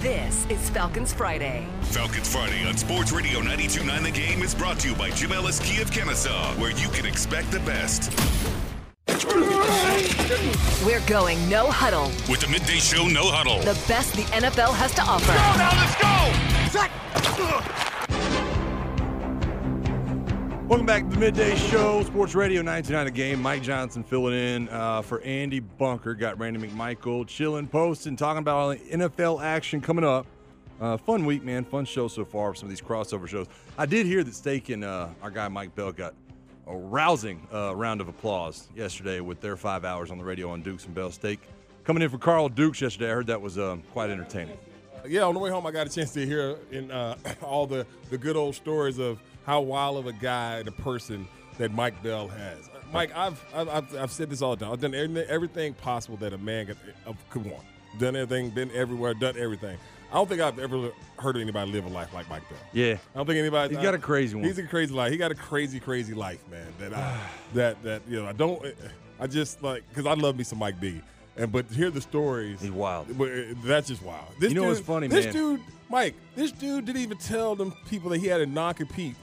This is Falcons Friday. Falcons Friday on Sports Radio 92.9 The Game is brought to you by Jim Ellis Kia of Kennesaw, where you can expect the best. We're going no huddle. With the midday show, no huddle. The best the NFL has to offer. Welcome back to the Midday Show, Sports Radio 99 a game. Mike Johnson filling in uh, for Andy Bunker. Got Randy McMichael chilling, posting, talking about all the NFL action coming up. Uh, fun week, man. Fun show so far. Some of these crossover shows. I did hear that Steak and uh, our guy Mike Bell got a rousing uh, round of applause yesterday with their five hours on the radio on Dukes and Bell Steak. Coming in for Carl Dukes yesterday, I heard that was um, quite entertaining. Yeah, on the way home, I got a chance to hear in uh, all the, the good old stories of how wild of a guy and a person that Mike Bell has. Uh, Mike, I've I've, I've, I've said this all the time. I've done everything, everything possible that a man could, uh, could want. Done everything, been everywhere, done everything. I don't think I've ever heard anybody live a life like Mike Bell. Yeah. I don't think anybody. He's got a crazy one. He's a crazy life. He got a crazy, crazy life, man. That I, that that you know, I don't. I just like because I love me some Mike Biggie, and but hear the stories. He's wild. But uh, that's just wild. This You know dude, what's funny, this man? dude, Mike, this dude didn't even tell them people that he had a non-compete,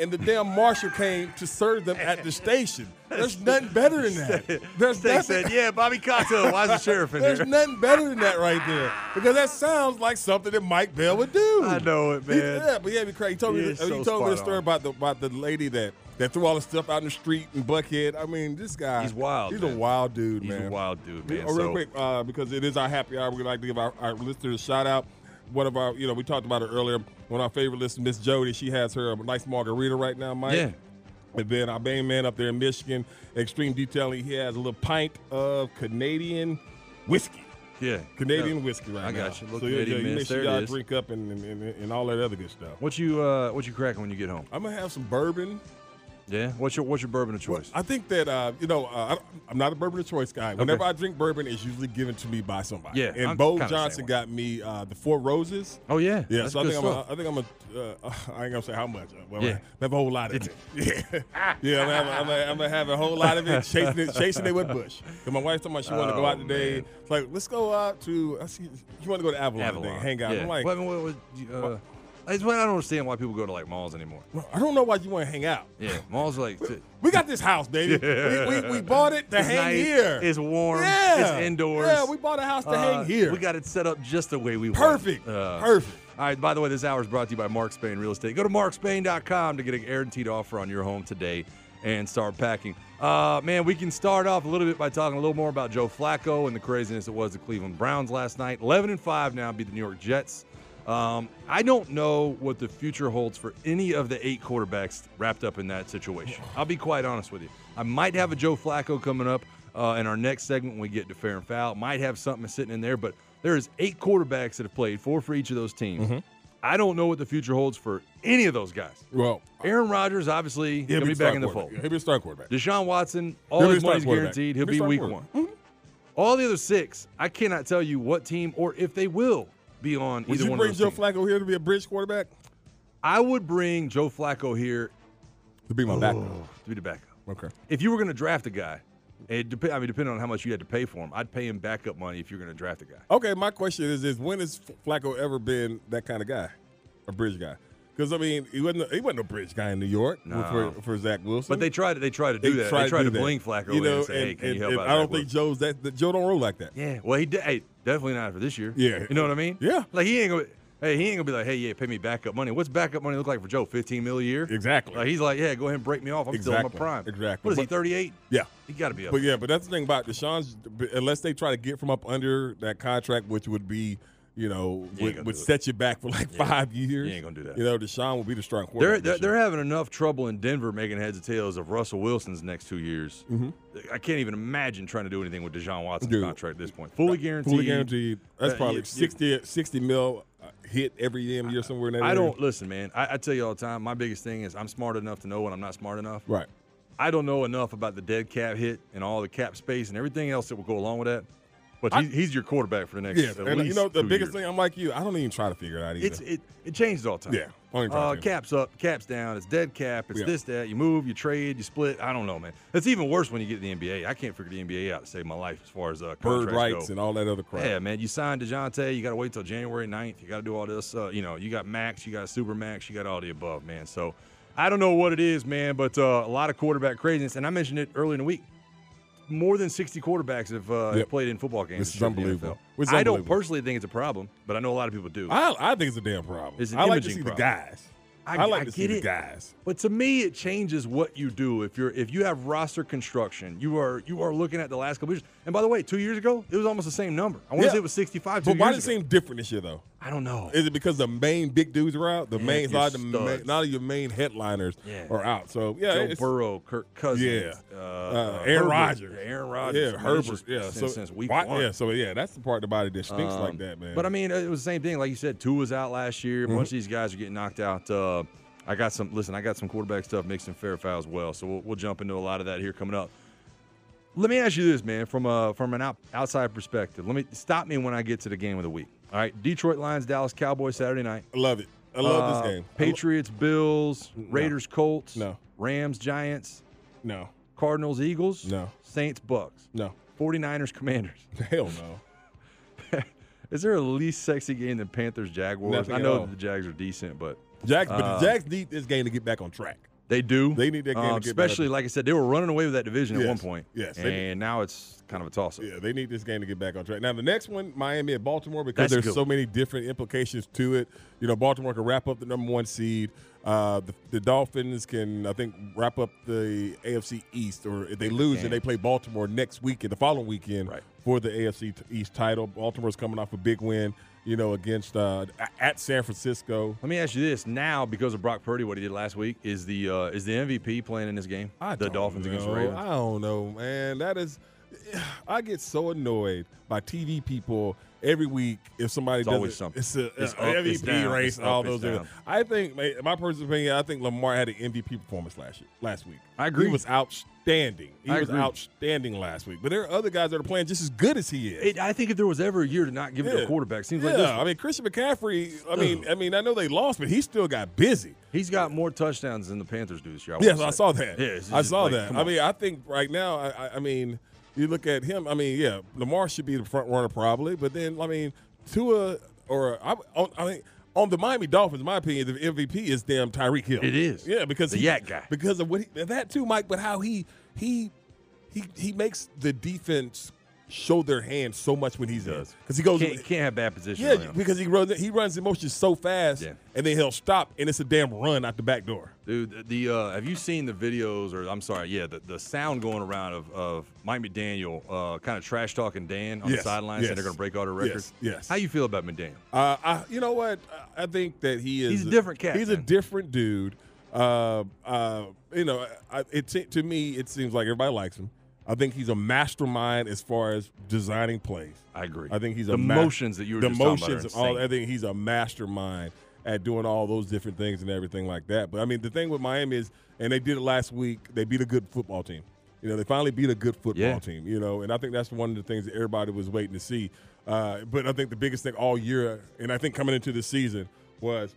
and the damn marshal came to serve them at the station. There's nothing better than that. There's Steak nothing. said, Yeah, Bobby Cotto. Why is the sheriff in There's here? nothing better than that right there because that sounds like something that Mike Bell would do. I know it, He- man. yeah, but yeah, because he told me He he is so told me the spot story on. about the about the lady that that threw all the stuff out in the street in Buckhead. I mean, this guy. He's wild, He's a man. wild dude, He's man. a wild dude, man. Oh, real So- quick, uh, because it is our happy hour, we'd like to give our, our listeners a shout out. One of our, you know, we talked about it earlier. One of our favorite listeners, Miss Jody, she has her um, nice margarita right now, Mike. Yeah. And then our main man up there in Michigan, Extreme Detailing, he has a little pint of Canadian whiskey. Yeah. Canadian Yeah. whiskey right I now. got you. Look, so yeah, Canadian yeah, you Mist. make sure There it y'all is. drink up and, and, and, and all that other good stuff. What you uh, what you cracking when you get home? I'm gonna have some bourbon. Yeah. What's your what's your bourbon of choice? I think that uh, you know uh, I don't- I'm not a bourbon of choice guy. Whenever I drink bourbon, it's usually given to me by somebody. Yeah, and I'm Bo kinda the same Johnson way. got me uh, the Four Roses. oh yeah. Yeah, That's so I good think, I'm a, stuff. I think I'm a, uh, I ain't gonna say how much. uh, Well, Yeah. I have a whole lot of it. Yeah, yeah, I'm gonna, have, I'm, gonna, I'm gonna have a whole lot of it, chasing it, chasing it with Bush. 'Cause my wife's talking about she want to go Oh, out today. man. It's like let's go out to. I see you want to go to Avalon, today, Avalon. hang out. Yeah. I'm like, Well, I mean, what would you, uh, it's what I don't understand why people go to like malls anymore. "Well, I don't know why you want to hang out. Yeah. Malls are like t- We got this house, baby. We, we, we bought it to it's hang nice, here. It's warm. Yeah. It's indoors. Yeah, we bought a house to hang Uh, here. We got it set up just the way we perfect, want. it. Uh, perfect. All right, by the way, this hour is brought to you by Mark Spain Real Estate. Go to markspain.com to get a guaranteed offer on your home today and start packing. Uh, man, we can start off a little bit by talking a little more about Joe Flacco and the craziness it was the Cleveland Browns last night. 11 and 5 now beat the New York Jets. Um, I don't know what the future holds for any of the eight quarterbacks wrapped up in that situation. I'll be quite honest with you. I might have a Joe Flacco coming up uh, in our next segment when we get to fair and foul. Might have something sitting in there, but there is eight quarterbacks that have played, four for each of those teams. Mm-hmm. I don't know what the future holds for any of those guys. Well, Aaron Rodgers obviously he'll going to be star back in the fold. quarterback. He'll be a star quarterback. Deshaun Watson, all He'll be a his star money's quarterback. guaranteed. He'll He'll be a be star week one. quarterback. Mm-hmm. All the other six, I cannot tell you what team or if they will be on Would either you one bring of Joe those teams. Flacco here to be a bridge quarterback? I would bring Joe Flacco here To be my backup. to be the backup. Okay. If you were going to draft a guy, it dep- I mean, depending on how much you had to pay for him, I'd pay him backup money if you're going to draft a guy. Okay, my question is: Is when has Flacco ever been that kind of guy, a bridge guy? Because I mean, he wasn't he wasn't a bridge guy in New York No. for, for Zach Wilson. But they tried. They tried to do that. they tried to, bling Flacco in and say, "Hey, can you help out?" I Zach don't think Wilson? Joe's that, that Joe don't roll like that. Yeah. Well, he did. Hey, definitely not for this year. Yeah. You know what I mean? Yeah. Like he ain't gonna. Hey, he ain't gonna be like, hey, yeah, pay me backup money. What's backup money look like for Joe? Fifteen mil a year. Exactly. Like, he's like, yeah, go ahead and break me off. I'm still in my Exactly. prime. Exactly. What is he? But- Thirty eight. Yeah. He got to be up. But yeah, but that's the thing about Deshaun's. Unless they try to get from up under that contract, which would be, you know, ain't would, gonna would do it. set you back for like five years. You ain't gonna do that. You know, Deshaun will be the strong quarterback. they're they're, this year. they're having enough trouble in Denver making heads and tails of Russell Wilson's next two years. I can't even imagine trying to do anything with Deshaun Watson's Mm-hmm. Dude. contract at this point. Fully guaranteed. Fully guaranteed. That's Uh, probably you- you- 60, 60 mil uh, hit every damn year somewhere in that I area. don't listen, man. I, I tell you all the time. My biggest thing is I'm smart enough to know when I'm not smart enough. Right. I don't know enough about the dead cap hit and all the cap space and everything else that will go along with that. But I- he, he's your quarterback for the next. Yeah, at and uh, you least know the two biggest years. thing. I'm like you. I don't even try to figure it out either. It's it, it changes all the time. Yeah, I ain't trying Uh, to figure it out. caps up, caps down. It's dead cap. It's Yeah. this that. You move, you trade, you split. I don't know, man. It's even worse when you get to the NBA. I can't figure the NBA out to save my life as far as uh, Bird contracts rights go. and all that other crap. Yeah, man. You signed DeJounte. You got to wait till January 9th. You got to do all this. Uh, you know, you got Max. You got Super Max. You got all the above, man. So I don't know what it is, man, but uh, a lot of quarterback craziness. And I mentioned it earlier in the week. More than 60 quarterbacks have uh, Yep. played in football This games. this is year in the unbelievable. NFL. It's I don't unbelievable. personally think it's a problem, but I know a lot of people do. I, I think it's a damn problem. It's an I like to see imaging the problem. guys. I, like to see the guys. But to me, it changes what you do if you're if you have roster construction. You are you are looking at the last couple years. And by the way, two years ago, it was almost the same number. I want to Yeah. say it was 65. Two But why years does it ago. seem different this year though? I don't know. Is it because the main big dudes are out? The Yeah, main, a your lot of the main, studs. none of your main headliners Yeah. are out. So yeah, Joe it's- Burrow, Kirk Cousins, Yeah. uh, uh, uh, Aaron Herbert, Rodgers, Aaron Rodgers, yeah, I mean, it's Herbert, just yeah. since, so since week why- one. yeah, so yeah, that's the part of the body that stinks like Um, that, man. Mm-hmm. But I mean, it was the same thing. Like you said, two was out last year. A bunch of these guys are getting knocked out. Uh, I got some. Listen, I got some quarterback stuff mixed in fair foul as well. So we'll, we'll jump into a lot of that here coming up. Let me ask you this, man, from a from an out, outside perspective. Let me stop me when I get to the game of the week. All right, Detroit Lions, Dallas Cowboys Saturday night. I love it. I love Uh, this game. I lo- Patriots, Bills, Raiders, Colts, No. Rams, Giants, no, Cardinals, Eagles, No. Saints, Bucks, no, 49ers, Commanders. hell no. Is there a least sexy game than Panthers Jaguars? Nothing I at know all. that the Jags are decent, but Jags, Uh, but the Jags need this game to get back on track. they do. Um, They need that game to get better. especially like I said, they were running away with that division at Yes, one point. yes, they did. and now it's kind of a toss up. Yeah, they need this game to get back on track. Now the next one, Miami at Baltimore, because That's there's good. so many different implications to it. You know, Baltimore can wrap up the number one seed. Uh, the, the Dolphins can, I think, wrap up the AFC East. Or if they lose, then they play Baltimore next weekend, the following weekend, Right. for the AFC t- East title. Baltimore's coming off a big win, you know, against uh, a- at San Francisco. Let me ask you this: Now, because of Brock Purdy, what he did last week, is the uh, is the MVP playing in this game? the don't Dolphins against the know. Ravens. I don't know, man. That is, I get so annoyed by TV people every week if somebody It's does always it. something. It's a uh, It's a up, MVP it's down, race it's and all up, it's those. things. down. I think my, my personal opinion. I think Lamar had an MVP performance last year, last week. I agree. He was outstanding. He I was agree. outstanding last week. But there are other guys that are playing just as good as he is. It, I think if there was ever a year to not give it to a Yeah. quarterback, seems yeah, like this. I one. mean Christian McCaffrey. I mean, I mean, I know they lost, but he still got busy. He's got more touchdowns than the Panthers do this year. I Yes, wanna I say. saw that. Yeah, it's I just saw like, that. come I on. mean, I think right now, I, I, I mean, you look at him. I mean, yeah, Lamar should be the front runner probably, but then I mean, Tua or I, on, I mean, on the Miami Dolphins, in my opinion, the MVP is damn Tyreek Hill. It is. Yeah, because The he- yak guy. Because of what he, that too, Mike. But how he he he he makes the defense show their hand so much when he's does does. because he goes can't, can't have bad position. yeah, around. because he runs he runs the motion so fast, Yeah. and then he'll stop, and it's a damn run out the back door. Dude, the uh, have you seen the videos or I'm sorry, yeah, the, the sound going around of, of Mike McDaniel uh, kind of trash talking Dan on the Yes, sideline saying yes, they're going to break all the records. yes, yes. How you feel about McDaniel? Uh, I, you know what? I I think that he is. He's a different cat, He's a man. different dude. Uh, uh, you know, I, it se- to me it seems like everybody likes him. I think he's a mastermind as far as designing plays. I agree. I think he's The a ma- motions that you were the just talking about are motions and all. insane. I think he's a mastermind at doing all those different things and everything like that. But I mean, the thing with Miami is, and they did it last week. They beat a good football team. You know, they finally beat a good football Yeah. team. You know, and I think that's one of the things that everybody was waiting to see. Uh, but I think the biggest thing all year, and I think coming into the season, was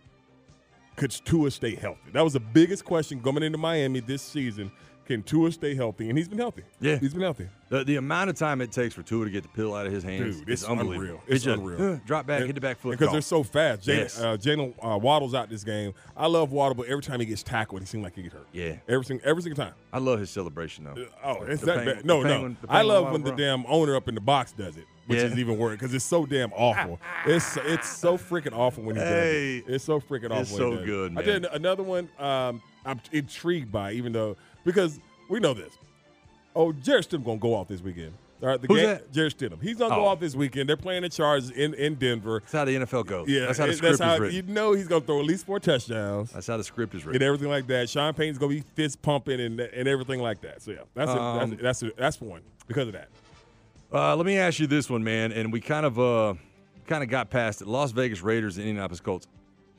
could Tua stay healthy? That was the biggest question coming into Miami this season. Can Tua stay healthy? And he's been healthy. Yeah. he's been healthy. The, the amount of time it takes for Tua to get the pill out of his hands Dude, is it's unbelievable. unreal. It's, It's just, unreal. uh, drop back, And- hit the back foot. because golf. they're so fast. Jalen, Yes. uh, Jalen uh, Waddle's out this game. I love Waddle, but every time he gets tackled, he seems like he get hurt. Yeah. every single every single time. I love his celebration though. Oh, it's The that penguin- bad. No, the no. penguin- the I penguin love walk when the around. damn owner up in the box does it, which Yeah. is even worse because it's so damn awful. it's it's so freaking awful when he Hey. does it. It's so freaking awful. It's when he so does it. good, I did man. another one. Um, I'm intrigued by even though because we know this. Oh, Jared Stidham gonna go off this weekend. All right, the Who's game, that? Jared Stidham. He's gonna Oh. go off this weekend. They're playing the Chargers in in Denver. That's how the NFL goes. Yeah, that's how the it- script how- is written. you know he's gonna throw at least four touchdowns that's how the script is and written. everything like that. Sean Payne's gonna be fist pumping and and everything like that. So yeah, that's Um, a, that's a, that's a, that's one because of that. Uh, let me ask you this one, man, and we kind of uh, kind of got past it. Las Vegas Raiders and Indianapolis Colts.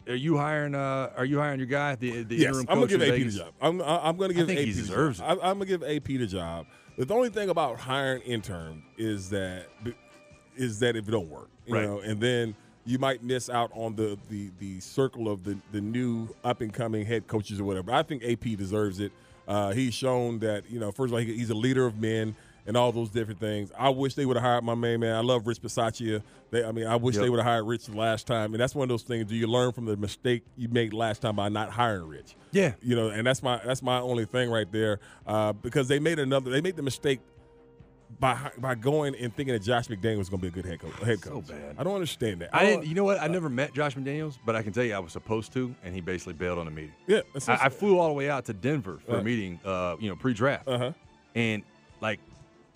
Are you hiring? Uh, are you hiring your guy? The, the Yes, interim I'm coach gonna give in AP Vegas? the job. I'm I- I'm gonna give think AP he the deserves job. I, I'm gonna give AP the job. The only thing about hiring intern is that b- is that if it don't work, you Right. know, and then you might miss out on the the the circle of the the new up and coming head coaches or whatever. I think AP deserves it. Uh, he's shown that you know, first of all, he, he's a leader of men and all those different things. I wish they would have hired my main man. I love Rich Pisaccia. They, I mean, I wish Yep. they would have hired Rich the last time. And that's one of those things. Do you learn from the mistake you made last time by not hiring Rich? Yeah. you know, and that's my that's my only thing right there uh, because they made another. They made the mistake by by going and thinking that Josh McDaniel was going to be a good head coach. Head coach. bad. I don't understand that. I don't- didn't, you know what? I uh, never met Josh McDaniels, but I can tell you I was supposed to, and he basically bailed on the meeting. Oh, yeah, that's I, I flew all the way out to Denver for a Right. meeting, uh, you know, pre-draft, Uh-huh. and like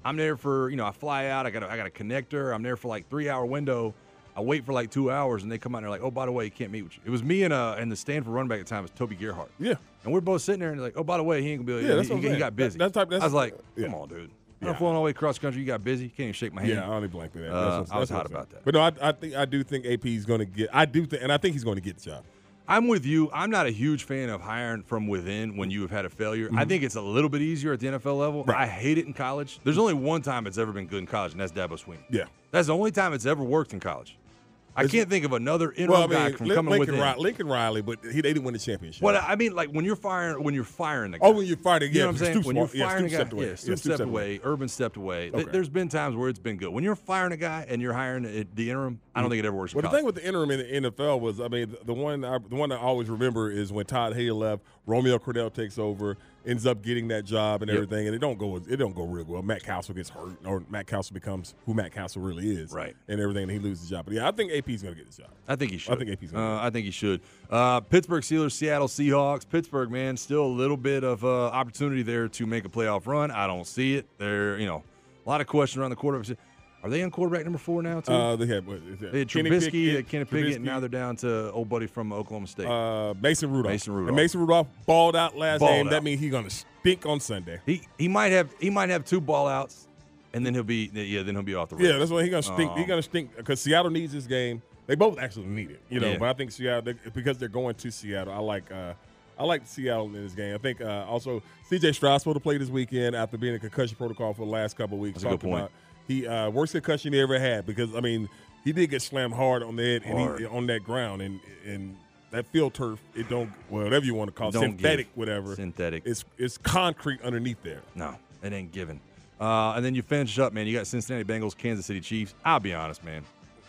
I'm there for you know I fly out, I got a, I got a connector, I'm there for like three hour window, I wait for like two hours, and they come out and they're like, oh by the way, you can't meet with you. It was me and uh and the Stanford running back at the time was Toby Gerhart. Yeah. and we're both sitting there and they're like, oh by the way, he ain't gonna be. Yeah, Yeah, that's he, what I'm he saying. got busy. That- that type- that's- uh, I was like, yeah. come on, dude. Yeah. I'm flying all the way across country. You got busy. Can't even shake my hand. Yeah, I only blanked that. That's Uh, what- I was that's what hot I'm saying. about that. But no, I, I think I do think AP is going to get. I do think, and I think he's going to get the job. I'm with you. I'm not a huge fan of hiring from within when you have had a failure. Mm-hmm. I think it's a little bit easier at the NFL level. I hate it in college. There's only one time it's ever been good in college, and that's Dabo Sweeney. Yeah. That's the only time it's ever worked in college. I can't think of another interim Well, I guy mean, from Lin- coming Lincoln, within. Ri- Lincoln Riley, but he they didn't win the championship. Well, I mean, like when you're firing, when you're firing a guy. Oh, when you're fighting, You yeah, know what I'm saying? Stoops When you're walked- yeah, firing Stoops a guy, stepped away. yeah, Yeah, Stoops Stoops stepped stepped away, Urban stepped away. Th- Okay. There's been times where it's been good. When you're firing a guy and you're hiring at the interim, I don't think it ever works. in Mm. Well, the college. thing with the interim in the NFL was, I mean, the one I, the one I always remember is when Todd Hay left, Romeo Cordell takes over, ends up getting that job and Yep. everything, and it don't go it don't go real well. Matt Castle gets hurt, or Matt Castle becomes who Matt Castle really is, Right. And everything, and he loses the job. But yeah, I think AP's going to get the job. I think he should. think AP's gonna Uh, I think he should. Uh, Pittsburgh Steelers, Seattle Seahawks. Pittsburgh, man, still a little bit of uh, opportunity there to make a playoff run. I don't see it. They're, you know, a lot of questions around the quarterback. Are they on quarterback number four now too? Uh, they had, what, is that they had Kenny Trubisky, they Pickett, had Kenny Pickett, Trubisky, and now they're down to old buddy from Oklahoma State. uh, Mason Rudolph. Mason And Rudolph. Mason Rudolph balled out last Balled game. out. That means he's going to stink on Sunday. he he might have he might have two ball outs, and then he'll be yeah then he'll be off the. Yeah, rails. that's why he's gonna stink. Um, he's gonna stink because Seattle needs this game. They both actually need it, you know. Yeah. But I think Seattle they, because they're going to Seattle. I like uh, I like Seattle in this game. I think uh, also C.J. Strasburg played this weekend after being in concussion protocol for the last couple of weeks. That's a good Talked point. About he uh, worst concussion he ever had because I mean he did get slammed hard on the head and Hard. he, on that ground and and that field turf it don't well, whatever you want to call it, Don't give. synthetic whatever Synthetic. it's it's concrete underneath there. No, it ain't given. Uh, and then you finish up, man. You got Cincinnati Bengals, Kansas City Chiefs. I'll be honest, man.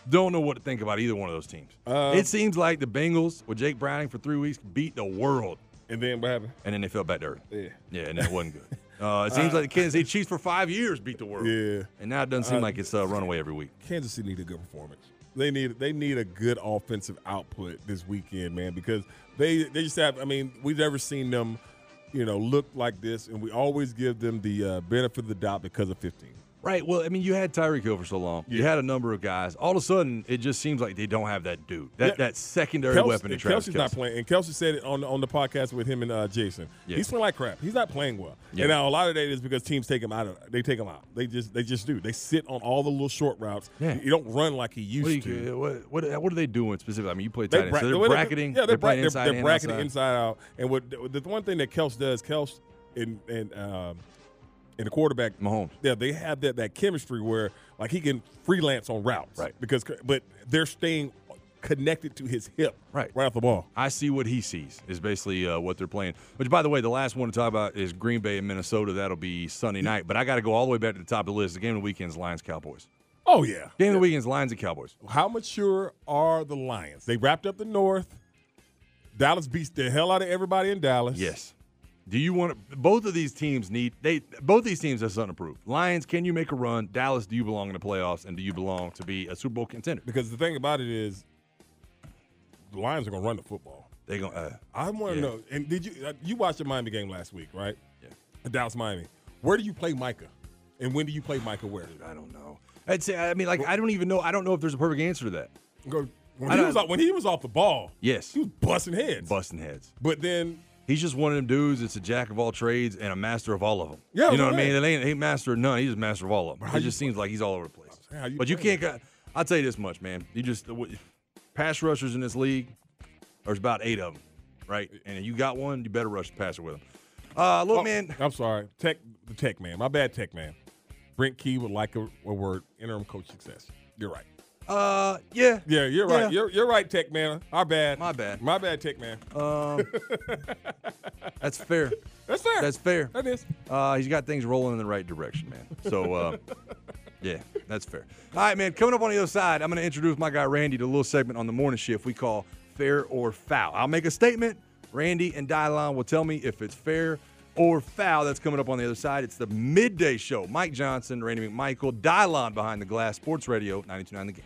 Don't know what to think about either one of those teams. Uh, it seems like the Bengals with Jake Browning for three weeks beat the world, And then what happened? and then they fell back to earth. Yeah. Yeah, and that wasn't good. Uh, it seems like the Kansas City Chiefs for five years beat the world. Yeah. And now it doesn't seem like it's a runaway every week. Kansas City need a good performance. They need they need a good offensive output this weekend, man, because they they just have. I mean, we've never seen them, you know, look like this, and we always give them the uh, benefit of the doubt because of 15. Right. Well, I mean, you had Tyreek Hill for so long. You Yeah. had a number of guys. All of a sudden, it just seems like they don't have that dude, that, Yeah. that secondary Kelsey- weapon to and Travis Kelsey's not Kelce. playing, and Kelsey said it on on the podcast with him and uh, Jason. Yeah. He's playing like crap. He's not playing well. Yeah. And now a lot of that is because teams take him out. Of, they take him out. They just they just do. They sit on all the little short routes. Yeah. You don't run like he used What are, to. you, what, what, what are they doing specifically? I mean, you play tight end, bra- so the they're way they- bracketing. yeah, they're, bra- playing they're, inside they're and bracketing outside. inside out. And what the, the one thing that Kels does, Kels and and um, and the quarterback Mahomes. yeah, they have that that chemistry where like he can freelance on routes, Right. Because but they're staying connected to his hip, Right. right off the ball. I see what he sees is basically uh, what they're playing. Which, by the way, the last one to talk about is Green Bay and Minnesota. That'll be Sunday night. But I got to go all the way back to the top of the list. The game of the weekend's Lions Cowboys. Oh yeah. Game of the weekend's Lions and Cowboys. How mature are the Lions? They wrapped up the North. Dallas beats the hell out of everybody in Dallas. Yes. Do you want to, both of these teams need they both these teams have something to prove. Lions, can you make a run? Dallas, do you belong in the playoffs? And do you belong to be a Super Bowl contender? Because the thing about it is, the Lions are gonna run the football. They going uh, I want to Yeah. know. And did you uh, you watched the Miami game last week, right? Yeah. Dallas Miami. Where do you play Micah? And when do you play Micah? Where? I don't know. I'd say I mean like I don't even know I don't know if there's a perfect answer to that. Go- When I he don't- was off, when he was off the ball, Yes. he was busting heads. Busting heads. but then He's just one of them dudes that's a jack of all trades and a master of all of them. Yeah, you know what I right. mean? It ain't, ain't master of none. He's just master of all of them. how It you just seems like he's all over the place. saying, how you but you playing? can't. Got, I'll tell you this much, man. You just w- pass rushers in this league. There's about eight of them, right? And if you got one, you better rush the passer with him. Uh, look, oh, man. I'm sorry, tech the tech man, my bad, tech man. Brent Key would like a, a word interim coach success. You're right. Uh, yeah. Yeah, you're Yeah. right. You're, you're right, Tech Man. Our bad. My bad. My bad, Tech Man. Uh, That's fair. That's fair. That's fair. That is. Uh, he's got things rolling in the right direction, man. So, uh, yeah, that's fair. All right, man. Coming up on the other side, I'm going to introduce my guy Randy to a little segment on the morning shift we call "Fair or Foul." I'll make a statement. Randy and Dylon will tell me if it's fair or foul. That's coming up on the other side. It's the midday show. Mike Johnson, Randy McMichael, Dylon behind the glass, Sports Radio 92.9 The Game.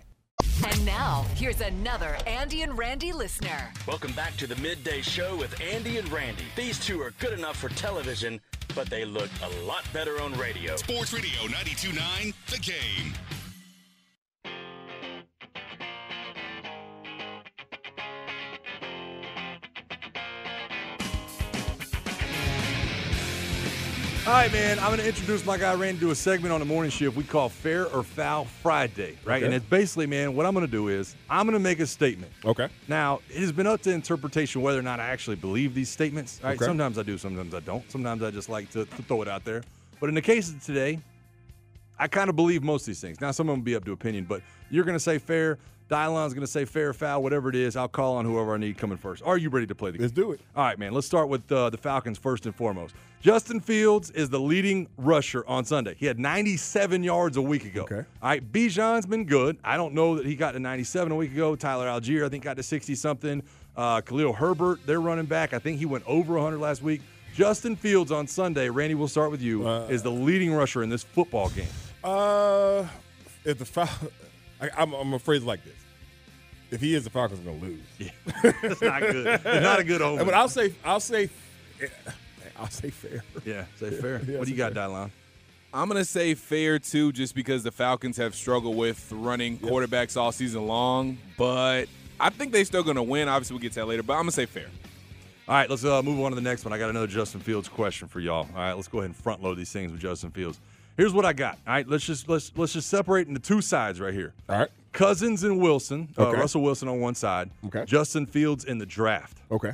And now, here's another Andy and Randy listener. Welcome back to the midday show with Andy and Randy. These two are good enough for television, but they look a lot better on radio. Sports Radio 929 The Game. All right, man. I'm going to introduce my guy Randy to a segment on the morning shift we call "Fair or Foul Friday." Right, Okay. and it's basically, man, what I'm going to do is I'm going to make a statement. Okay. Now, it has been up to interpretation whether or not I actually believe these statements. All right, Okay. Sometimes I do, sometimes I don't. Sometimes I just like to, to throw it out there. But in the case of today, I kind of believe most of these things. Now, some of them be up to opinion, but you're going to say fair. Dylon's going to say fair, foul, whatever it is. I'll call on whoever I need coming first. Are you ready to play the game? Let's do it. All right, man. Let's start with uh, the Falcons first and foremost. Justin Fields is the leading rusher on Sunday. He had 97 yards a week ago. Okay. All right, Bijan's been good. I don't know that he got to 97 a week ago. Tyler Algier, I think, got to 60 something. Uh, Khalil Herbert, their running back, I think he went over 100 last week. Justin Fields on Sunday, Randy, we'll start with you, is the leading rusher in this football game. Uh, if the Fal- I, I'm, I'm afraid like this. If he is, the Falcons are gonna lose. That's not good. It's not a good omen. But I'll say, I'll say, eh, I'll say fair. yeah, say fair. Yeah, what do you say got, Dylon? I'm going to say fair too, just because the Falcons have struggled with running quarterbacks all season long. But I think they're still going to win. Obviously, we'll get to that later, but I'm going to say fair. All right, let's uh, move on to the next one. I got another Justin Fields question for y'all. All right, let's go ahead and front load these things with Justin Fields. Here's what I got. All right, let's just let's let's just separate into two sides right here. All right. Cousins and Wilson, uh, Okay. Russell Wilson on one side, Okay. Justin Fields in the draft. Okay.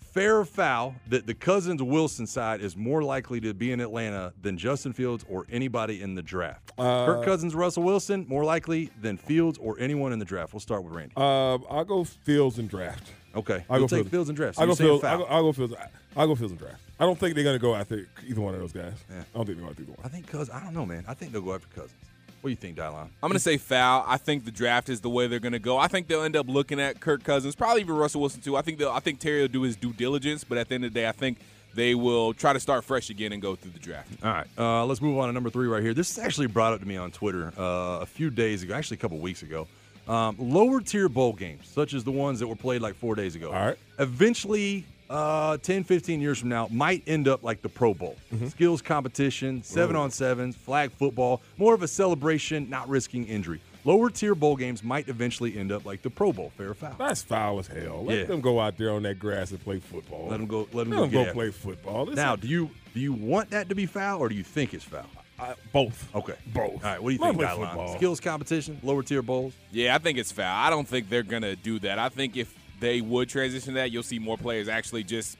Fair or foul that the Cousins Wilson side is more likely to be in Atlanta than Justin Fields or anybody in the draft. Uh, Kirk Cousins, Russell Wilson, more likely than Fields or anyone in the draft. We'll start with Randy. Um, I'll go Fields and draft. okay, I'll we'll go take Fields. and draft. So I'll you're go saying Fields. foul. I'll go, I'll go Fields. I'll go Fields and draft. I don't think they're gonna go after either one of those guys. I don't think they're going to either I one. think Cousins. I don't know, man. I think they'll go after Cousins. What do you think, Dylon? I'm going to say foul. I think the draft is the way they're going to go. I think they'll end up looking at Kirk Cousins, probably even Russell Wilson too. I think they'll, I think Terry will do his due diligence, but at the end of the day, I think they will try to start fresh again and go through the draft. All right, uh, let's move on to number three right here. This is actually brought up to me on Twitter uh, a few days ago, actually a couple weeks ago. Um, lower tier bowl games, such as the ones that were played like four days ago, All right. eventually, uh, 10, 15 years from now, might end up like the Pro Bowl. Mm-hmm. Skills competition, seven on sevens, flag football, more of a celebration, not risking injury. Lower tier bowl games might eventually end up like the Pro Bowl, fair or foul. That's foul as hell. Let Yeah. them go out there on that grass and play football. Let 'em go- let 'em go them get go, after play football. This Now, is- do you do you want that to be foul or do you think it's foul? I- both. Okay. Both. All right. What do you Let 'em think, play Dylon? football. Skills competition, lower tier bowls. Yeah, I think it's foul. I don't think they're gonna do that. I think if they would transition that, you'll see more players actually just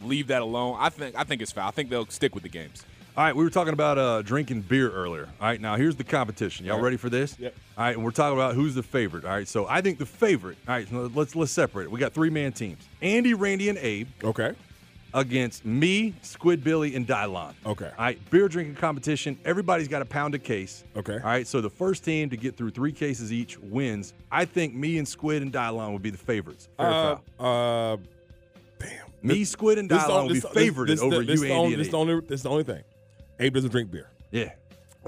leave that alone. I think I think it's foul. I think they'll stick with the games. All right. We were talking about uh, drinking beer earlier. All right. Now here's the competition. Y'all all ready for this? Yep. All right. And we're talking about who's the favorite. All right. So I think the favorite. All right. So let's let's separate it. We got three man teams: Andy, Randy, and Abe Okay. against me, Squid Billy, and Dylon. Okay. All right. Beer drinking competition. Everybody's got a pound a case. Okay. All right. So the first team to get through three cases each wins. I think me and Squid and Dylon would be the favorites. Fair or Uh, foul? uh, Me, Squid, and this the Dylon only- would be this the- this- favored this the- over this you, the Andy, only- and This Abe. the only. This the only thing. Abe doesn't drink beer. Yeah.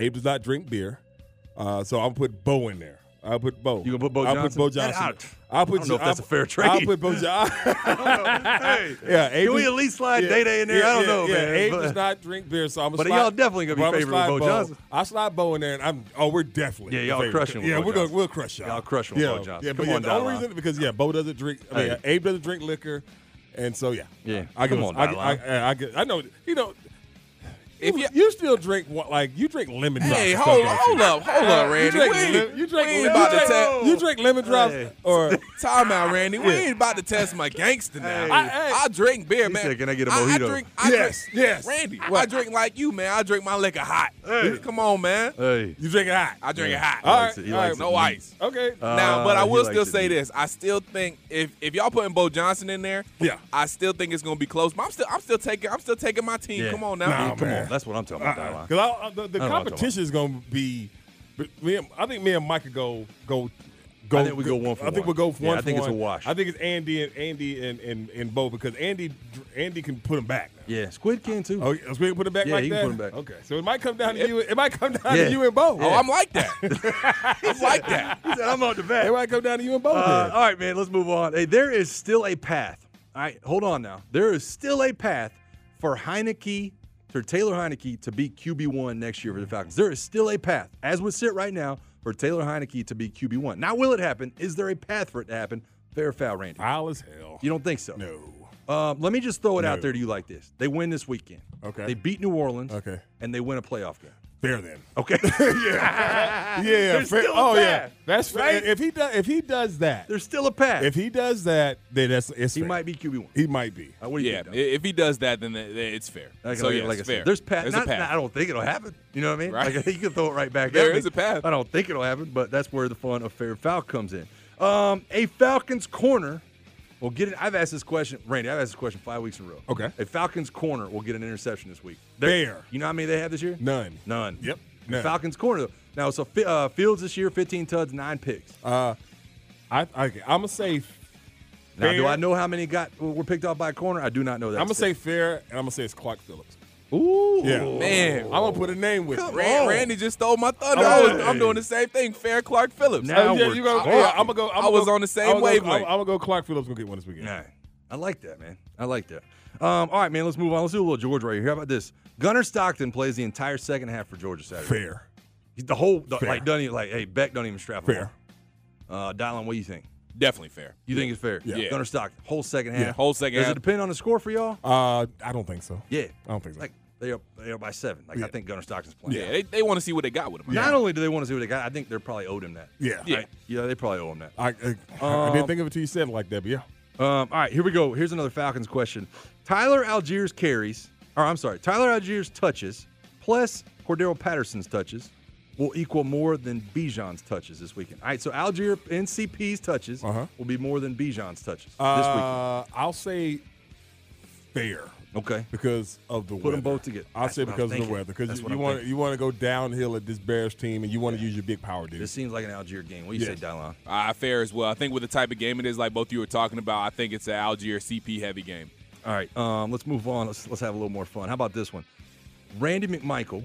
Abe does not drink beer. Uh, so I'll put Bo in there. I'll put Bo. You gonna put Bo I'll Johnson? put Bo Get Johnson. out. I'll put I don't know if I'll- that's a fair trade. I'll put Bo Johnson. hey, Yeah, Can we at least slide Day Day in there? I don't know, yeah, man, Abe but- does not drink beer, so I'm. But slide, y'all definitely gonna be but I'ma favored with slide Bo Johnson. I slide Bo in there, and I'm. Oh, we're definitely. Yeah, y'all favored. crushing with Yeah, Bo we're gonna Johnson. we'll crush y'all. Y'all crushing with yeah, Bo Johnson. Yeah, but Come yeah, on the down, only Lon. reason because yeah, Bo doesn't drink. I mean, Hey. Abe doesn't drink liquor, and so yeah. Yeah, I give come a- on I, down, I, Lon. I, I, get- I know you know. If If you- you, you still drink wa- like you drink lemon drops. Hey, or something, hold, don't hold you? up, hold up, You Randy. drink, we lim- ain't, you drink, we ain't lemon- about to you drink- test. you drink lemon drops Hey. or Time out, Randy. We ain't about to test my gangster now. Hey. I, I drink beer, He man. said, "Can I get a I, mojito?" drink, I Yes, drink, yes. Randy, I drink like you, man. I drink my liquor hot. Come on, man. Hey. you drink it hot. I drink Yeah. it hot. All likes right, it. He all right. likes it. No ice. Okay. Now, but I Uh, he will likes still it say deep. this: I still think if if y'all putting Bo Johnson in there, Yeah. I still think it's gonna be close. But I'm still I'm still taking I'm still taking my team. Yeah. Come on now, Nah, Uh-uh. Come man. on, that's what I'm talking about. Lon. Because Uh, I, I, the, the I don't know what I'm competition is going to be. but Me, and- I think me and Mike could go go. Go, I think we go one for I think one. we go for Yeah, one. I think for it's a one. wash. I think it's Andy and Andy and and, and Bo because Andy Andy can put him back. Now. Yeah, Squid can too. Oh, yeah, so we can put him back Yeah, like he can that. put him back. Okay, so it might come down to you. It might come down Yeah. to you and Bo. Oh, I'm like that. I'm like that. He said, I'm on the back. It might come down to you and Bo. Uh, then. all right, man, let's move on. Hey, there is still a path. All right, hold on now. There is still a path for Heineke, for Taylor Heineke to be QB1 next year for the Falcons. There is still a path, as we sit right now, for Taylor Heineke to be QB1. Now, will it happen? Is there a path for it to happen? Fair or foul, Randy. Foul as hell. You don't think so? No. Um, let me just throw it out No. there to you like this. They win this weekend. Okay. They beat New Orleans. Okay. And they win a playoff game. Fair then. Okay. Yeah. Uh, There's fair- still a oh yeah. path, That's fair. right? If he does if he does that, There's still a path. if he does that, then that's it's he fair. might be QB1. He might be. Uh, what do you Yeah, think? i- Doug? if he does that, then it- it's fair. Like, so like, yeah, like I it's said, fair. there's path. a not- path. I don't think it'll happen. You know what I mean? Right. Like, you can throw it right back. There at me. is a path. I don't think it'll happen, but that's where the fun of fair foul comes in. Um, a Falcons corner will get it. I've asked this question, Randy. I've asked this question five weeks in a row. Okay. A Falcons corner will get an interception this week. Fair. You know how many they have this year? None. None. Yep, The none. Falcons corner though. Now, so Fi- uh, Fields this year, 15 tuds, nine picks. Uh, I, I I'm gonna say now, do fair. I know how many got were picked off by a corner? I do not know that. I'm gonna say stat. fair, and I'm gonna say it's Clark Phillips. ooh, Yeah, man. I'm gonna put a name with it. Ran- Randy just stole my thunder. I was, I'm doing the same thing. Fair Clark Phillips. Now- Oh, yeah, we're you gonna, talking. yeah, I'm gonna go. I'm I gonna was go- on the same I'm gonna go- wavelength. I'm, I'm gonna go. Clark Phillips gonna get one this weekend. All right. I like that, man. I like that. Um, all right, man, let's move on. Let's do a little Georgia right here. How about this? Gunnar Stockton plays the entire second half for Georgia Saturday. Fair, He's the whole, the, Fair. like, doesn't even, like, hey, Beck don't even strap him. fair. on. Uh, Dylan, what do you think? Definitely fair. You think it's fair? Yeah. Gunnar Stockton, whole second half. Yeah, whole second Does half. it depend on the score for y'all? Uh, I don't think so. yeah. I don't think so. Like, they are, they are by seven. Like, I think Gunnar Stockton's Yeah, playing. they, they want to see what they got with him. Not only do they want to see what they got, I think they're probably owed him that. yeah, Yeah. Right? Yeah, they probably owe him that. I, I, I Um, didn't think of it till you said it like that, but yeah. Um, all right, here we go. Here's another Falcons question. Tyler Algiers carries, or I'm sorry, Tyler Algiers touches plus Cordero Patterson's touches will equal more than Bijan's touches this weekend. All right, so Algier NCP's touches Uh-huh. will be more than Bijan's touches Uh, I'll say fair this weekend. Okay. because of the Put them both together. I'll say That's what because I'm of the thinking. weather because That's you, what I'm want thinking. you want to go downhill at this Bears team and you want to use your big power, dude. This seems like an Algier game. What do you Yes. say, Dylon? Uh, fair as well. I think with the type of game it is, like both you were talking about, I think it's an Algier CP heavy game. All right, um, let's move on. Let's let's have a little more fun. How about this one? Randy McMichael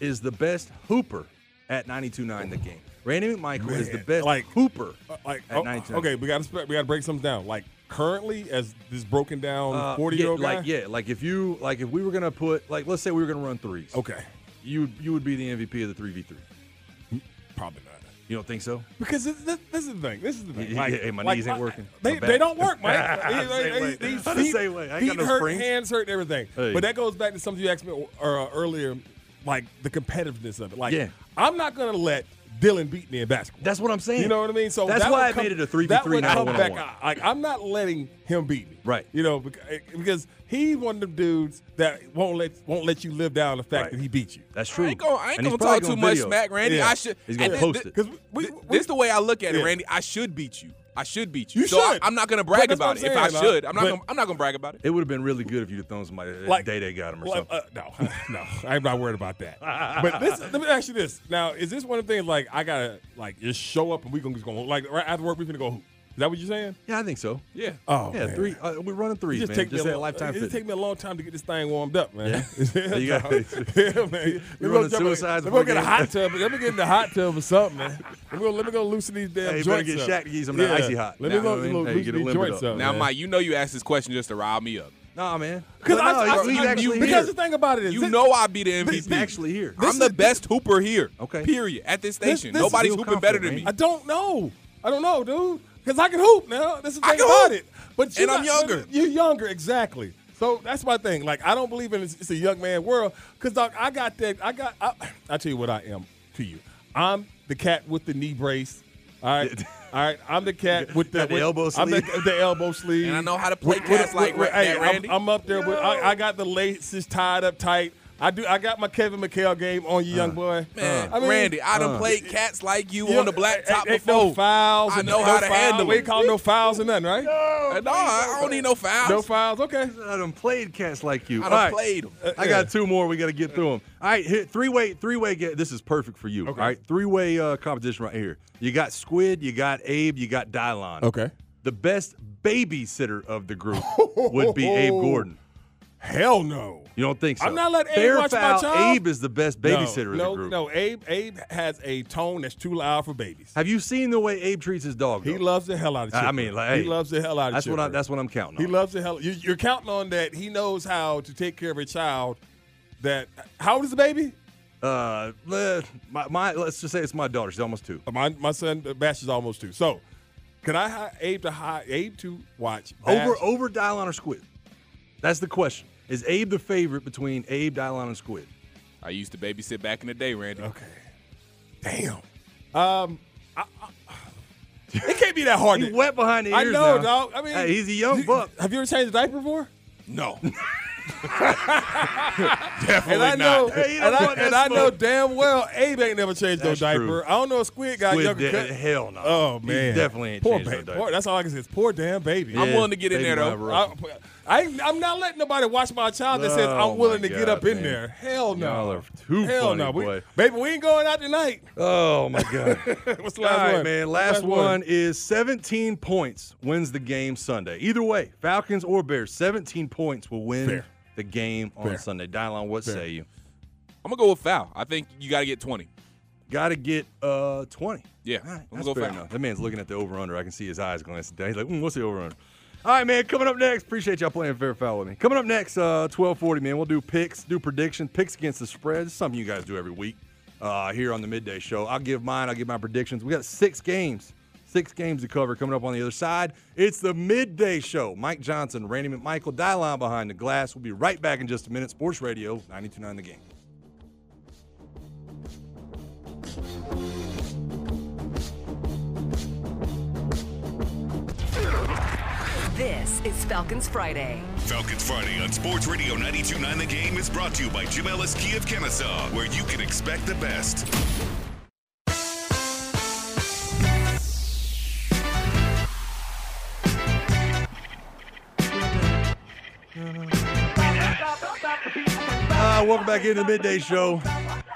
is the best hooper at 92.9 the game. Randy McMichael is the Man, best like- hooper Uh, like at oh, 92.9. okay, we gotta sp- we gotta break something down. Like currently, as this broken Uh, down forty year old yeah, guy. Like yeah, like if you like if we were gonna put like let's say we were gonna run threes. Okay, You would you would be the MVP of the three v three. probably not. You don't think so? Because this, this, this is the thing. This is the thing. Yeah, Like, yeah, my like, knees ain't I- working. They, My back. they don't work, Mike. I'm the same way. These I'm the feet- same way. I ain't got feet no hurt, springs. hands hurt, and everything. Hey. But that goes back to something you asked me uh, earlier, like the competitiveness of it. Like, Yeah. I'm not gonna let Dylan beat me in basketball. That's what I'm saying. You know what I mean? So that's that why would I come- made it a three v that three, would not a come one back on one. out. Like I'm not letting him beat me. Right. You know beca- eh, because he one of them dudes that won't let won't let you live down the fact Right. that he beat you. That's true. I ain't gonna, I ain't And he's gonna probably talk too gonna much video smack, Randy. Yeah. I should. He's gonna and post thi- it. Because we- thi- this the way I look at it, Yeah. Randy. I should beat you. I should beat you. You so I, should. I'm not gonna But brag that's what about I'm it. If I saying, like- should, I'm not. but- Gonna, I'm not gonna brag about it. It would have been really good if you'd have thrown somebody like, Like- day day got him or Well, something. uh, no, no, I'm not worried about that. But this, let me ask you this. Now, is this one of the things like I gotta like just show up and we gonna just go like right after work we finna go hoop? that what you're saying? Yeah, I think so. Yeah. Oh, yeah, man. three. Uh, we're running threes, It man. take me just a that lo- lifetime It just fit. take me a long time to get this thing warmed up, man. Yeah. You yeah, got- man. You're Let me go running jump in- suicides Let me go before get a game. hot tub. Let me get in the hot tub or something, man. Let me go, let me go loosen these damn Hey, you better joints get up. Shaq to get some of that Yeah. Icy Hot. Let Nah, me go I mean, lo- hey, loosen get a these limit joints up. up. Now, man. Mike, you know you asked this question just to rile me up. nah, man. Because But I, no, I, he's, I, he's actually because here. the thing about it is, You this- know I be the MVP. He's actually here. I'm the best hooper here. Okay. Period. At this This- station, this is nobody's real hooping better than me. confident, I don't know. I don't know, dude. Because I can hoop now. That's the I thing can about hoop. it. But you're And I'm not- younger. You're younger, exactly. So that's my thing. Like I don't believe in it's, it's a young man world. Because dog, I got that. I got. I, I tell you what I am to you. I'm the cat with the knee brace. All right. All right, I'm the cat with the, Got the with- elbow I'm the, sleeve. the elbow sleeve, And I know how to play cats like Ra- hey, that, I'm- Randy. I'm, up there with. I, I got the laces tied up tight. I do. I got my Kevin McHale game on you, young boy. Uh. Man, I mean, Randy, I done played cats like you you on the black top ain't, ain't before. No fouls. I and know no how to fouls. handle We it. ain't calling no fouls and nothing, right? No, Uh, no, I I don't need no fouls. fouls. Okay. I done played cats like you. I All done played 'em. I got two more. We got to get through them. All right, here, three way, three way. Get this is perfect for you. Okay. All right, three way uh, competition right here. You got Squid, you got Abe, you got Dylon. Okay. The best babysitter of the group would be Abe Gordon. Hell no. You don't think so? Oh. I'm not letting Abe Fair watch my foul, child. Abe is the best babysitter no, of the group. No, no. Abe, Abe has a tone that's too loud for babies. Have you seen the way Abe treats his dog? He though? loves the hell out of. Chipper. I mean, like, hey, he loves the hell out of. That's what I, Chipper. that's what I'm counting on. He loves the hell. You, you're counting on that. He knows how to take care of a child. That how old is the baby? uh, le- my, my let's just say it's my daughter. She's almost two. My my son uh, Bash is almost two. So, can I hi- Abe to hi, Abe to watch Bash? Over over Dylon or Squid? That's the question. Is Abe the favorite between Abe, Dylon, and Squid? I used to babysit back in the day, Randy. Okay. Damn. Um, I, I, it can't be that hard. He to- wet behind the ears. I know, now. dog. I mean, Hey, he's a young you- buck. Have you ever changed a diaper before? No. And I Definitely know, not. Hey, you and, don't I, want that and I know smoke. damn well Abe ain't never changed That's no diaper. true. I don't know if Squid got Squid younger. did- cut- hell no. Oh He man, definitely ain't poor changed no ba- diaper. poor- That's all I can say. Is poor damn baby. I'm willing to get in baby there, though. mama rough. I, I, I'm not letting nobody watch my child that says Oh, I'm willing my to get God, up in man. there. Hell no. Y'all are too Hell funny, no. We- boy. baby, we ain't going out tonight. Oh my god. What's the last All right, one? man. What's Last, the one, is 17 points wins the game Sunday. Either way, Falcons or Bears, 17 points will win Fair. the game on Fair. Sunday. Dylon, what say you? I'm gonna go with foul. I think you gotta get 20. Got to get uh 20. Yeah, All right, I'm that's gonna go fair foul. enough. That man's looking at the over under. I can see his eyes glance down. He's like, mm, what's the over under? All right, man. Coming up next, appreciate y'all playing fair foul with me. Coming up next, uh, twelve forty, man. We'll do picks, do predictions, picks against the spread. It's something you guys do every week uh, here on the midday show. I'll give mine. I'll give my predictions. We got six games, six games to cover coming up on the other side. It's the midday show. Mike Johnson, Randy McMichael, Dylon behind the glass. We'll be right back in just a minute. Sports Radio 92.9 The Game. This is Falcons Friday. Falcons Friday on Sports Radio 92.9 The Game is brought to you by Jim Ellis Kia of Kennesaw, where you can expect the best. Uh, welcome back into the midday show.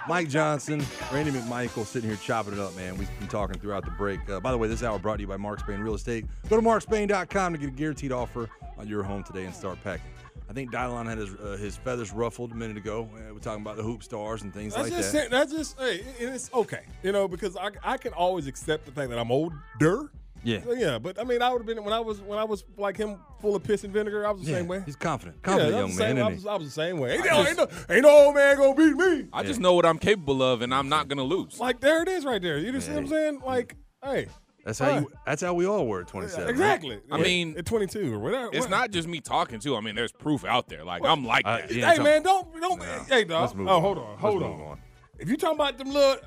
Mike Johnson, Randy McMichael, sitting here chopping it up, man. We've been talking throughout the break. Uh, by the way, this hour brought to you by Mark Spain Real Estate. Go to markspain.com to get a guaranteed offer on your home today and start packing. I think Dylon had his, uh, his feathers ruffled a minute ago. Uh, we're talking about the hoop stars and things That's like just that. it. that's just hey, it- it's okay, you know, because I I can always accept the fact that I'm older. Yeah. yeah, but I mean, I would have been when I was when I was like him, full of piss and vinegar. I was the Yeah, same way. He's confident, Yeah, confident I young was the man, same- I isn't was, he? I was the same way. Ain't no, ain't, no, ain't no old man gonna beat me. I just know what I'm capable of, and I'm not gonna lose. Like there it is, right there. You just see what I'm saying? Like, hey, That's how you. Huh. That's how we all were at 27. right? exactly. I mean, at 22 or whatever. It's what- not just me talking too. I mean, there's proof out there. Like I'm like Uh, that. yeah. Hey man, don't don't. Hey Let's dog. move Oh, on. hold on, Let's hold move on. on. If you talking about them little.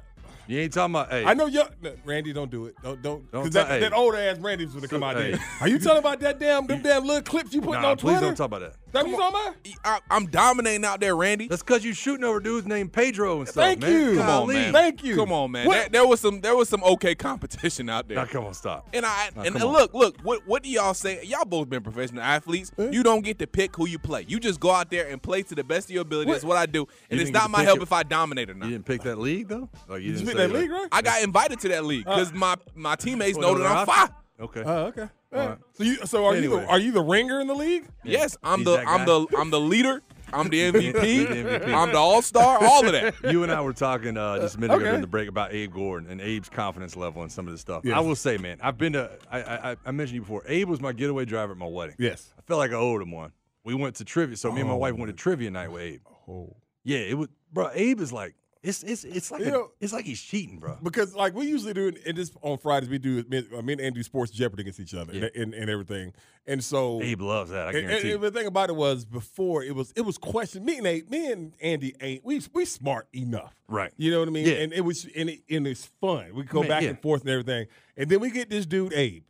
You ain't talking about. Hey, I know you Randy, don't do it. Don't don't. Don't Because ta- that, hey. that old ass Randy's gonna come out hey. there. Are you talking about that damn them damn little clips you putting Nah, on please Twitter? don't talk about that. That you talking about? I, I'm dominating out there, Randy. That's because you shooting over dudes named Pedro and stuff, Thank man. you. Come on, Golly. man. Thank you. Come on, man. What- There, there was some there was some okay competition out there. Now, come on, stop. And I Now, and come on. look, look, what what do y'all say? Y'all both been professional athletes. You don't get to pick who you play. You just go out there and play to the best of your ability. That's what I do. And You it's didn't get not to my pick help your- if I dominate or You not. didn't pick that league though. Oh, you, You didn't pick say that league, right? Uh, I got invited to that league because my my teammates know that I'm fine. Okay. Oh, okay. All right. right. So you so are you Anyway. the, are you the ringer in the league? Yes, I'm He's the that I'm guy. the I'm the leader. I'm the He's MVP. the MVP. I'm the All Star. All of that. you and I were talking uh, just a minute ago okay. during the break about Abe Gordon and Abe's confidence level and some of this stuff. Yes. I will say, man, I've been to. I, I, I- I mentioned you before. Abe was my getaway driver at my wedding. Yes. I felt like I owed him one. We went to trivia, so me and my wife went to trivia night with Abe. Oh. Yeah, it was, bro. Abe is like, it's it's it's like a- You know- it's like he's cheating, bro. Because like we usually do, and this on Fridays we do me, uh, me and Andy do sports Jeopardy against each other and, and, and everything. And so Abe loves that. I and, guarantee. and the thing about it was before it was it was question. Me and Abe, me and Andy ain't we we smart enough, Right. You know what I mean? Yeah. And it was and, it, and it's fun. We go Man, back yeah. and forth and everything, and then we get this dude Abe,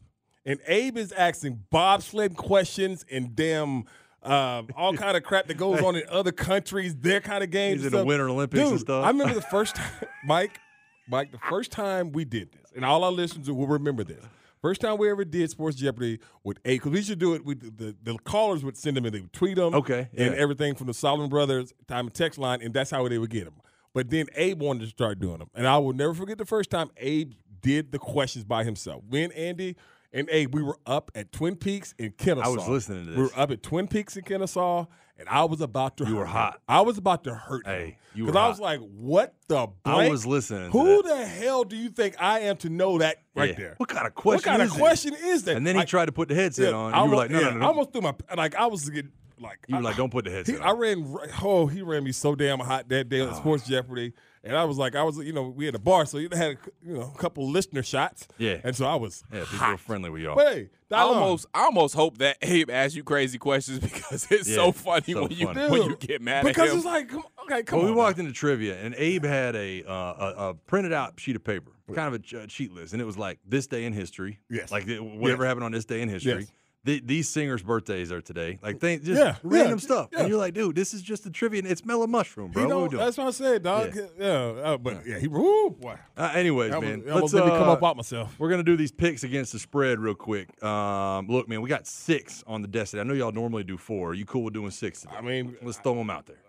and Abe is asking bobsled questions and damn. Um, all kind of crap that goes on in other countries, their kind of games. and He's in the stuff. Winter Olympics and Dude, stuff. I remember the first time, Mike, Mike, the first time we did this, and all our listeners will remember this. First time we ever did Sports Jeopardy with A, because we should do it. We the, the callers would send them and they would tweet them, Okay, and yeah. everything from the Solomon Brothers time and text line, and that's how they would get them. But then Abe wanted to start doing them, and I will never forget the first time Abe did the questions by himself. When Andy and Abe, we were up at Twin Peaks in Kennesaw. listening to We this. were up at Twin Peaks in Kennesaw, and I was about to. You were hot. I was about to hurt. him. Hey, you were Because I was hot. like, what the I blank? was listening to Who that. the hell do you think I am to know that right Yeah. there? What kind of question? What kind is of it? question is that? And then he Like, tried to put the headset yeah, on. I And you were almo- like, no, yeah, no, no, no. I almost threw my like I was getting like you were I- like, don't put the headset he, on. I ran. r- Oh, he ran me so damn hot that Oh. day on Sports Jeopardy, and I was like, I was, you know, we had a bar, so you had a, c- you know a couple listener shots. Yeah. and so I was. yeah, people are hot. friendly with y'all. Wait, I almost I almost hope that Abe asks you crazy questions because it's Yeah, so funny so when you funny. when you get mad because at him. it's like, come, okay, come Well, we on. walked into trivia, and Abe had a, uh, a a printed out sheet of paper, kind of a ch- a cheat list, and it was like this day in history. Yes. Like th- whatever happened on this day in history. Yes. Th- these singers' birthdays are today. Like things, just Yeah, random yeah, stuff. yeah. And you're like, dude, this is just a trivia. And it's mellow mushroom, He bro. What we don't- doing? That's what I said, dog. Yeah. Yeah, uh, but yeah, he. Woo, boy. Uh, anyways, That was- man, that almost let's made me come uh, up out myself. We're gonna do these picks against the spread real quick. Um, look, man, we got six on the desk today. I know y'all normally do four. Are you cool with doing six today? I mean, let's throw them out there.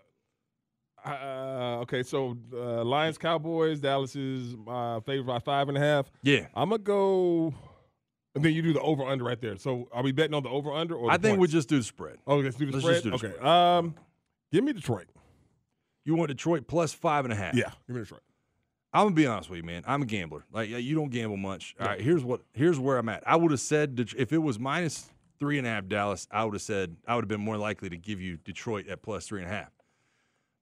Uh, okay, so uh, Lions, Cowboys, Dallas is my favorite by five and a half. Yeah. I'm gonna go. And then you do the over under right there. So are we betting on the over under? Or I the think we points? just do the spread. Oh, let's do the let's spread. just do the okay. spread. Um, give me Detroit. You want Detroit plus five and a half? Yeah, give me Detroit. I'm gonna be honest with you, man. I'm a gambler. Like yeah, you don't gamble much. All right, here's what here's where I'm at. I would have said Det- if it was minus three and a half Dallas, I would have said I would have been more likely to give you Detroit at plus three and a half.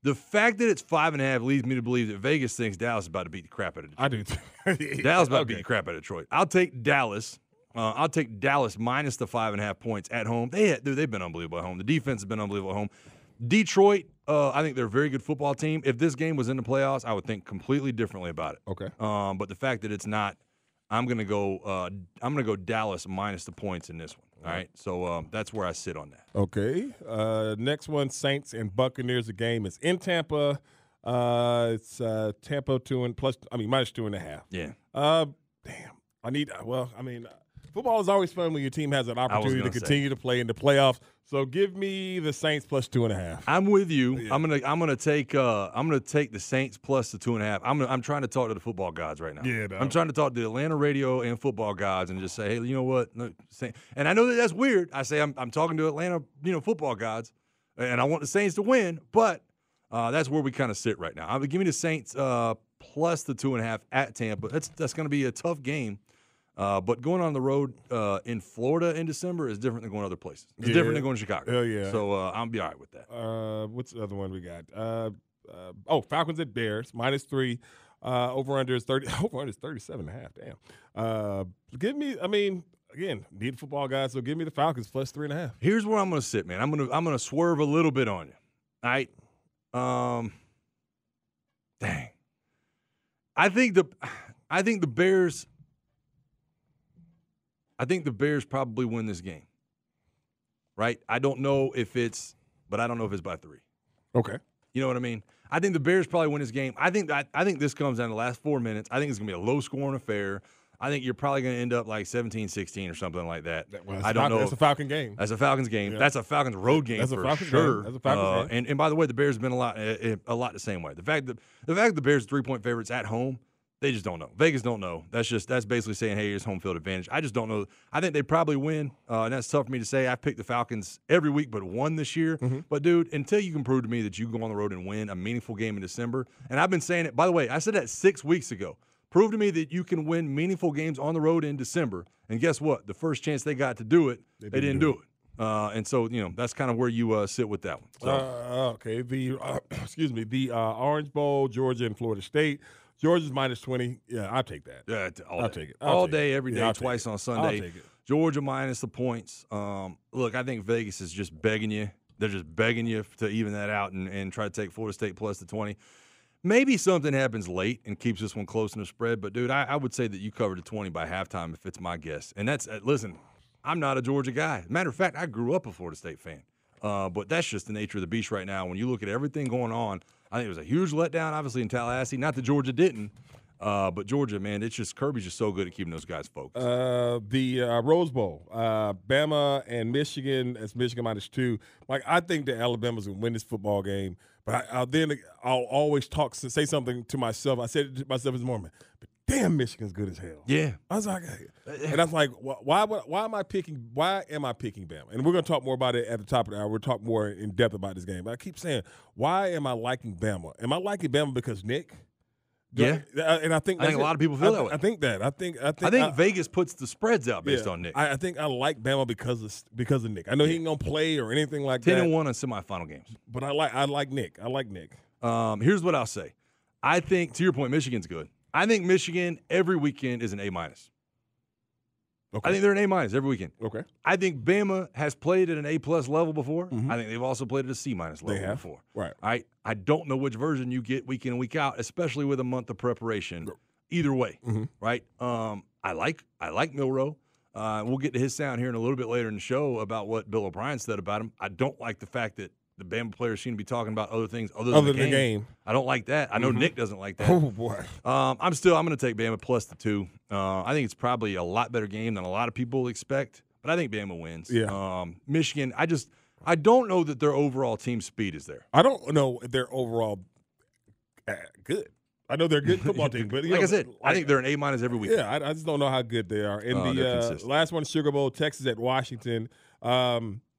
The fact that it's five and a half leads me to believe that Vegas thinks Dallas is about to beat the crap out of Detroit. I do. Too. Dallas about to beat Okay. the crap out of Detroit. I'll take Dallas. Uh, I'll take Dallas minus the five and a half points at home. They had, dude, they've been unbelievable at home. The defense has been unbelievable at home. Detroit, uh, I think they're a very good football team. If this game was in the playoffs, I would think completely differently about it. Okay. Um, but the fact that it's not, I'm gonna go. Uh, I'm gonna go Dallas minus the points in this one. All right. So um, that's where I sit on that. Okay. Uh, next one, Saints and Buccaneers. The game is in Tampa. Uh, it's uh, Tampa two and plus. I mean minus two and a half. Yeah. Uh, damn. I need. Well, I mean, uh, football is always fun when your team has an opportunity to gonna say. continue to play in the playoffs. So give me the Saints plus two and a half. I'm with you. I'm gonna I'm gonna take uh I'm gonna take the Saints plus the two and a half. I'm gonna, I'm trying to talk to the football gods right now. Yeah, dog. I'm trying to talk to the Atlanta radio and football gods and just say, hey, you know what? Look, Saint- and I know that that's weird. I say I'm I'm talking to Atlanta, you know, football gods, and I want the Saints to win, but uh, that's where we kind of sit right now. I'm give me the Saints uh plus the two and a half at Tampa. That's that's gonna be a tough game. Uh, but going on the road uh, in Florida in December is different than going other places. It's Yeah. different than going to Chicago. Hell yeah. So uh, I'll be all right with that. Uh, what's the other one we got? Uh, uh oh, Falcons at Bears minus three. Uh, over under is thirty. Over under is thirty seven and a half. Damn. Uh, give me. I mean, again, need football guys. So give me the Falcons plus three and a half. Here's where I'm gonna sit, man. I'm gonna I'm gonna swerve a little bit on you. All right. Um dang. I think the I think the Bears I think the Bears probably win this game. Right? I don't know if it's but I don't know if it's by three. Okay. You know what I mean? I think the Bears probably win this game. I think I, I think this comes down to the last four minutes. I think it's gonna be a low scoring affair. I think you're probably gonna end up like 17-16 or something like that. I don't know. It's a Falcon game. That's a Falcons game. Yeah. That's a Falcons road game That's a for Falcons game. sure. That's a Falcons Uh, game. eh, And and by the way, the Bears have been a lot a, a lot the same way. The fact that the fact that the Bears are three point favorites at home They just don't know. Vegas don't know. That's just that's basically saying, hey, here's home field advantage. I just don't know. I think they probably win, uh, and that's tough for me to say. I've picked the Falcons every week, but one this year. But dude, until you can prove to me that you go on the road and win a meaningful game in December, and I've been saying it. By the way, I said that six weeks ago. Prove to me that you can win meaningful games on the road in December, and guess what? The first chance they got to do it, they didn't, do it. Uh, and so you know that's kind of where you uh, sit with that one. So, Uh, okay. The uh, excuse me. The uh, Orange Bowl, Georgia and Florida State. Georgia's minus twenty. Yeah, I'll take that. Yeah, t- all I'll day. take it. I'll all take day, it. every day, Yeah, I'll take it. twice on I'll Sunday. take it. Georgia minus the points. Um, look, I think Vegas is just begging you. They're just begging you to even that out and, and try to take Florida State plus the 20. Maybe something happens late and keeps this one close in the spread, but dude, I, I would say that you cover the 20 by halftime if it's my guess. And that's, uh, listen, I'm not a Georgia guy. Matter of fact, I grew up a Florida State fan. Uh, but that's just the nature of the beast right now. When you look at everything going on, I think it was a huge letdown, obviously, in Tallahassee. Not that Georgia didn't, uh, but Georgia, man, it's just Kirby's just so good at keeping those guys focused. Uh, the uh, Rose Bowl, uh, Bama and Michigan. That's Michigan minus two. Like I think that Alabama's gonna win this football game, but I, I'll then I'll always talk say something to myself. I said it to myself this morning, but damn, Michigan's good as hell. yeah. I was like, and I was like, wh- why? would- Why am I picking? Why am I picking Bama? And we're gonna talk more about it at the top of the hour. We'll talk more in depth about this game. But I keep saying, why am I liking Bama? Am I liking Bama because Nick? Do I- uh, and I think I that's think a lot it. of people feel I that th- way. I think that. I think. I think. I think Vegas puts the spreads out based yeah, on Nick. I, I think I like Bama because of because of Nick. I know he ain't gonna play or anything like 10 that. and 1 on semifinal games. But I like I like Nick. I like Nick. Um, here's what I'll say. I think, to your point, Michigan's good. I think Michigan every weekend is an A minus. Okay. I think they're an A minus every weekend. okay. I think Bama has played at an A plus level before. I think they've also played at a C minus level Mm-hmm. have. before. Right. I I don't know which version you get week in and week out, especially with a month of preparation. Either way, Mm-hmm. right? Um, I like I like Milrow. Uh, we'll get to his sound here in a little bit later in the show about what Bill O'Brien said about him. I don't like the fact that the Bama players seem to be talking about other things other than, Other the, than game. the game. Mm-hmm. I don't like that. I know Nick doesn't like that. Oh boy. Um, I'm still I'm going to take Bama plus the two. Uh, I think it's probably a lot better game than a lot of people expect, but I think Bama wins. Yeah. Um, Michigan, I just I don't know that their overall team speed is there. I don't know if they're overall uh, good. I know they're a good football team, but you Like know, I said, I think they're an A minus every week. Yeah, I, I just don't know how good they are. And Oh, they're the uh, consistent. last one, Sugar Bowl, Texas at Washington. Um,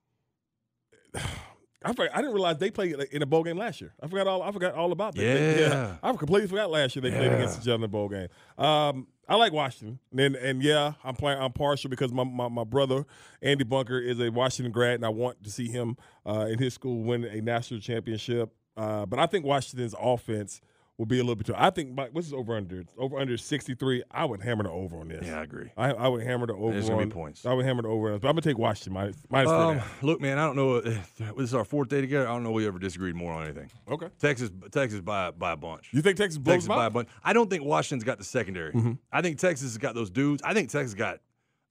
I forgot, I didn't realize they played like, in a bowl game last year. I forgot all. I forgot all about that. They- Yeah. I completely forgot last year they played against each other in a bowl game. Um, I like Washington, and and yeah, I'm playing. I'm partial because my, my, my brother Andy Bunker is a Washington grad, and I want to see him uh, in his school win a national championship. Uh, but I think Washington's offense will be a little bit too. I think my, what's his over under? Over under 63. I would hammer the over on this. Yeah, I agree. I, I would hammer the over. There's gonna be on- points. I would hammer the over. On, this, but I'm gonna take Washington minus minus three. and Um, a half. look, man, I don't know. If, this is our fourth day together. I don't know we ever disagreed more on anything. Okay. Texas, Texas by by a bunch. You think Texas blows Mm-hmm. Texas them by a out? bunch. I don't think Washington's got the secondary. I think Texas has got those dudes. I think Texas got.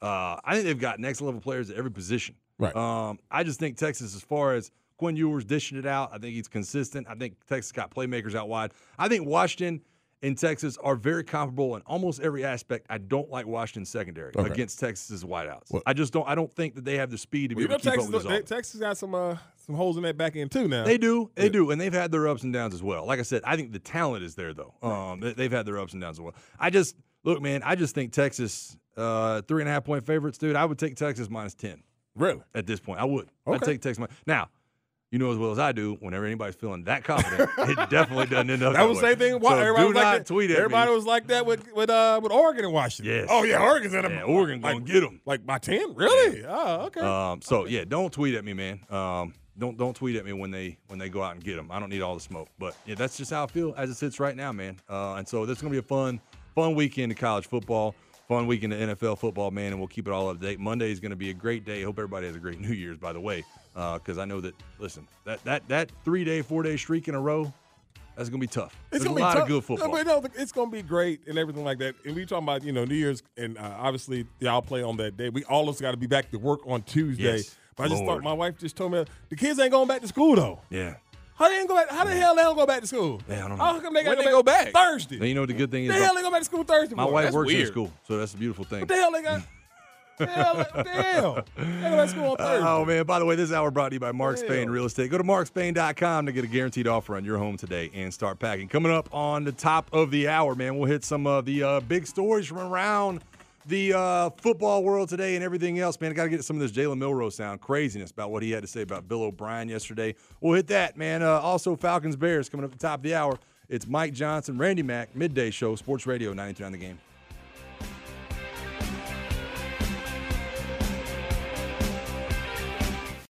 Uh, I think they've got next level players at every position. Right. Um, I just think Texas, as far as Quinn Ewers dishing it out, I think he's consistent. I think Texas got playmakers out wide. I think Washington and Texas are very comparable in almost every aspect. I don't like Washington's secondary against Texas's wideouts. I just don't. I don't think that they have the speed to be You able know to keep Texas, up with this they, offense. Texas got some uh, some holes in that back end too now. They do, they do, and they've had their ups and downs as well. Like I said, I think the talent is there though. Um, they- they've had their ups and downs as well. I just look, man. I just think Texas uh, three and a half point favorites, dude. I would take Texas minus ten Really? at this point. I would. I'd Okay. take Texas minus. Now, you know as well as I do. Whenever anybody's feeling that confident, it definitely doesn't end up. That was way. the same thing. So Why everybody do was not like that. tweet at me. everybody was like that with with uh, with Oregon and Washington. Yes. Oh yeah, Oregon's in them. Yeah, Oregon like, gonna get 'em. Like by ten, really? Oh, okay. Um, so yeah, don't tweet at me, man. Um, don't don't tweet at me when they when they go out and get them. I don't need all the smoke, but yeah, that's just how I feel as it sits right now, man. Uh, and so this is gonna be a fun fun weekend of college football, fun weekend of NFL football, man. And we'll keep it all up to date. Monday is gonna be a great day. Hope everybody has a great New Year's, by the way, because I know that listen that that that three day four day streak in a row, that's gonna be tough. There's a lot of tough. good football. I mean, no, it's going to be great and everything like that. And we talking about you know New Year's and uh, obviously y'all play on that day. We all of us got to be back to work on Tuesday. Yes. But I just Lord. thought my wife just told me the kids ain't going back to school though. yeah. How they ain't go back? How the hell they don't go back to school? Yeah, I don't know. How come they got When they go back? Thursday? Now you know what the good thing the is. hell they go back to school Thursday? My for? wife That's- works in weird. school, so that's a beautiful thing. What the hell they got? Hell, damn. They got school on Thursday. Oh man! By the way, this hour brought to you by Mark Spain Real Estate. Go to markspain.com to get a guaranteed offer on your home today and start packing. Coming up on the top of the hour, man, we'll hit some of the uh, big stories from around the uh, football world today and everything else. Man, I got to get some of this Jalen Milrow sound craziness about what he had to say about Bill O'Brien yesterday. We'll hit that, man. Uh, also, Falcons Bears coming up at the top of the hour. It's Mike Johnson, Randy Mack, midday show, Sports Radio 929 The Game.